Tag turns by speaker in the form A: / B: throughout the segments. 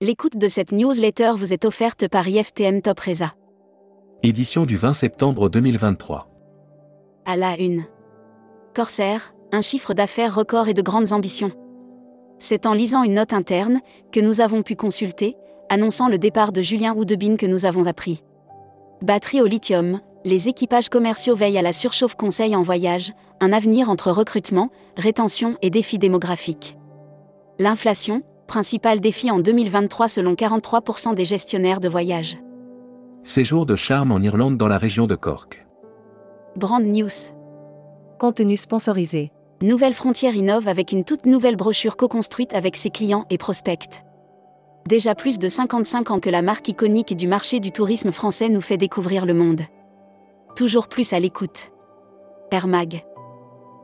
A: L'écoute de cette newsletter vous est offerte par IFTM Top Reza.
B: Édition du 20 septembre 2023.
A: À la une. Corsair, un chiffre d'affaires record et de grandes ambitions. C'est en lisant une note interne, que nous avons pu consulter, annonçant le départ de Julien Houdebine que nous avons appris. Batterie au lithium, les équipages commerciaux veillent à la surchauffe conseil en voyage, un avenir entre recrutement, rétention et défis démographiques. L'inflation, principal défi en 2023 selon 43% des gestionnaires de voyage.
B: Séjour de charme en Irlande dans la région de Cork.
A: Brand News.
C: Contenu sponsorisé.
A: Nouvelle Frontière innove avec une toute nouvelle brochure co-construite avec ses clients et prospects. Déjà plus de 55 ans que la marque iconique du marché du tourisme français nous fait découvrir le monde. Toujours plus à l'écoute. Air Mag.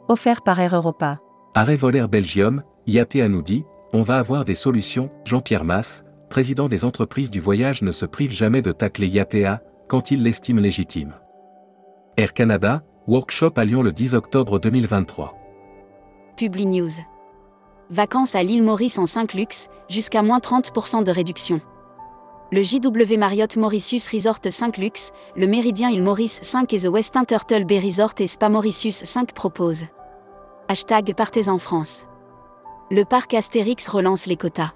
C: Offert par Air Europa.
B: Arrêt volaire Belgium, IATA nous dit, on va avoir des solutions. Jean-Pierre Masse, président des entreprises du voyage ne se prive jamais de tacler IATA, quand il l'estime légitime. Air Canada, workshop à Lyon le 10 octobre 2023.
A: Publi News. Vacances à l'île Maurice en 5 luxe, jusqu'à moins 30% de réduction. Le JW Marriott Mauritius Resort 5 Luxe, le Méridien Île Maurice 5 et The Westin Turtle Bay Resort et Spa Mauritius 5 proposent. Hashtag Partez en France. Le parc Astérix relance les quotas.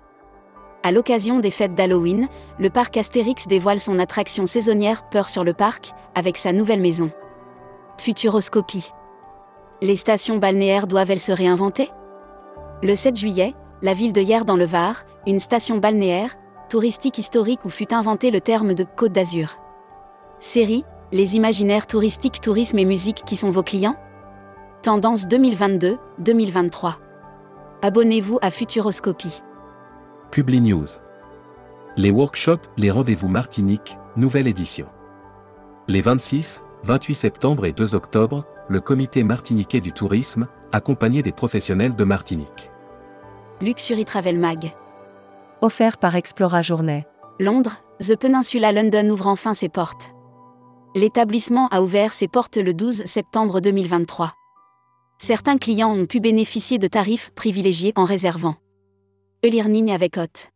A: À l'occasion des fêtes d'Halloween, le parc Astérix dévoile son attraction saisonnière Peur sur le parc, avec sa nouvelle maison. Futuroscopie. Les stations balnéaires doivent-elles se réinventer Le 7 juillet, la ville de Hier dans le Var, une station balnéaire, touristique historique où fut inventé le terme de Côte d'Azur. Série, les imaginaires touristiques, tourisme et musique qui sont vos clients Tendance 2022-2023. Abonnez-vous à Futuroscopie.
B: Publi News. Les workshops, les rendez-vous Martinique, nouvelle édition. Les 26, 28 septembre et 2 octobre, le comité martiniquais du tourisme, accompagné des professionnels de Martinique.
A: Luxury Travel Mag.
C: Offert par Explora Journée.
A: Londres, The Peninsula London ouvre enfin ses portes. L'établissement a ouvert ses portes le 12 septembre 2023. Certains clients ont pu bénéficier de tarifs privilégiés en réservant. E-learning avec Hot.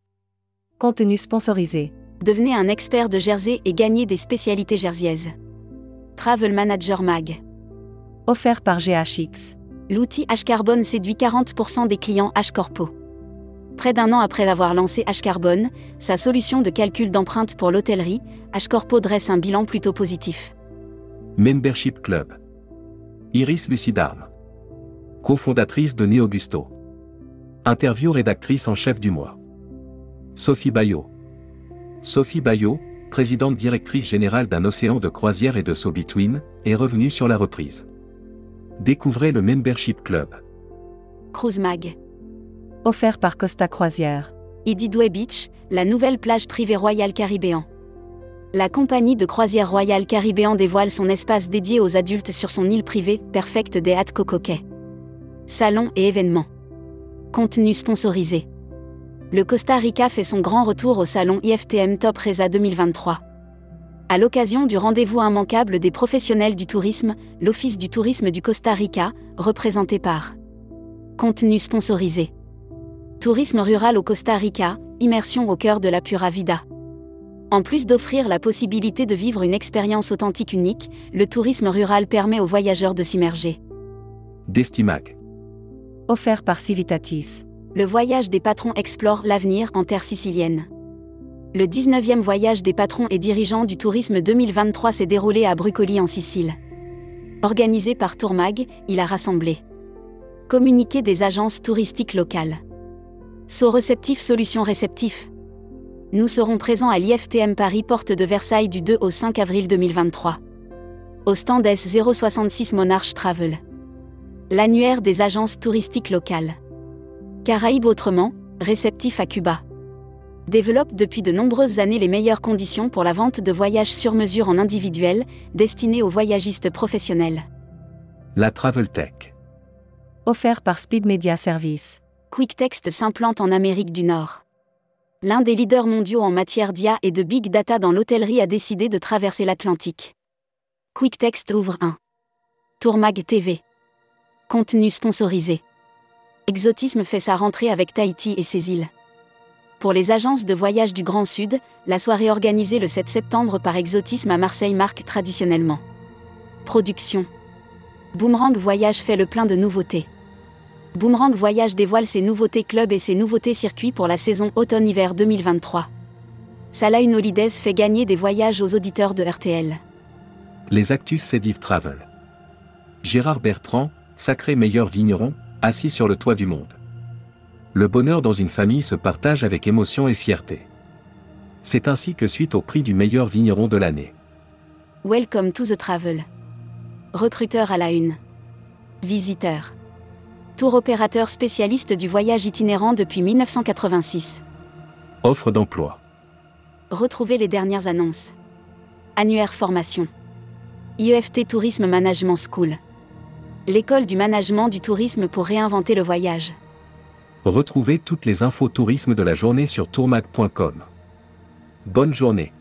C: Contenu sponsorisé.
A: Devenez un expert de Jersey et gagnez des spécialités jerseyaises. Travel Manager Mag.
C: Offert par GHX.
A: L'outil H-Carbone séduit 40% des clients H-Corpo. Près d'un an après avoir lancé H-Carbone, sa solution de calcul d'empreinte pour l'hôtellerie, H-Corpo dresse un bilan plutôt positif.
B: Membership Club. Iris Lucidarme. Cofondatrice de Neo Augusto. Interview rédactrice en chef du mois. Sophie Bayot. Sophie Bayot, présidente directrice générale d'un océan de croisière et de saut between, est revenue sur la reprise. Découvrez le Membership Club.
A: Cruise Mag.
C: Offert par Costa Croisière.
A: Ididway Beach, la nouvelle plage privée Royal Caribbean. La compagnie de croisière Royal Caribbean dévoile son espace dédié aux adultes sur son île privée, Perfect des Hâtes Cocoquet. Salons et événements. Contenu sponsorisé. Le Costa Rica fait son grand retour au salon IFTM Top Reza 2023. À l'occasion du rendez-vous immanquable des professionnels du tourisme, l'Office du tourisme du Costa Rica, représenté par. Contenu sponsorisé. Tourisme rural au Costa Rica, immersion au cœur de la Pura Vida. En plus d'offrir la possibilité de vivre une expérience authentique unique, le tourisme rural permet aux voyageurs de s'immerger.
B: Destimac.
C: Offert par Civitatis.
A: Le voyage des patrons explore l'avenir en terre sicilienne. Le 19e voyage des patrons et dirigeants du tourisme 2023 s'est déroulé à Brucoli en Sicile. Organisé par Tourmag, il a rassemblé communiqué des agences touristiques locales. So réceptif solution réceptif. Nous serons présents à l'IFTM Paris porte de Versailles du 2 au 5 avril 2023. Au stand S066 Monarch Travel. L'annuaire des agences touristiques locales. Caraïbes autrement, réceptif à Cuba. Développe depuis de nombreuses années les meilleures conditions pour la vente de voyages sur mesure en individuel, destinés aux voyagistes professionnels.
B: La Travel Tech.
C: Offert par Speed Media Service.
A: QuickText s'implante en Amérique du Nord. L'un des leaders mondiaux en matière d'IA et de big data dans l'hôtellerie a décidé de traverser l'Atlantique. QuickText ouvre un Tourmag TV. Contenu sponsorisé. Exotisme fait sa rentrée avec Tahiti et ses îles. Pour les agences de voyage du Grand Sud, la soirée organisée le 7 septembre par Exotisme à Marseille marque traditionnellement. Production. Boomerang Voyage fait le plein de nouveautés. Boomerang Voyage dévoile ses nouveautés clubs et ses nouveautés circuits pour la saison automne-hiver 2023. Salah Une Holidays fait gagner des voyages aux auditeurs de RTL.
B: Les Actus Cediv Travel. Gérard Bertrand, sacré meilleur vigneron, assis sur le toit du monde. Le bonheur dans une famille se partage avec émotion et fierté. C'est ainsi que suite au prix du meilleur vigneron de l'année.
A: Welcome to the travel. Recruteur à la une. Visiteur. Tour opérateur spécialiste du voyage itinérant depuis 1986.
B: Offre d'emploi.
A: Retrouvez les dernières annonces. Annuaire formation. IEFT Tourisme Management School. L'école du management du tourisme pour réinventer le voyage.
B: Retrouvez toutes les infos tourisme de la journée sur tourmac.com. Bonne journée.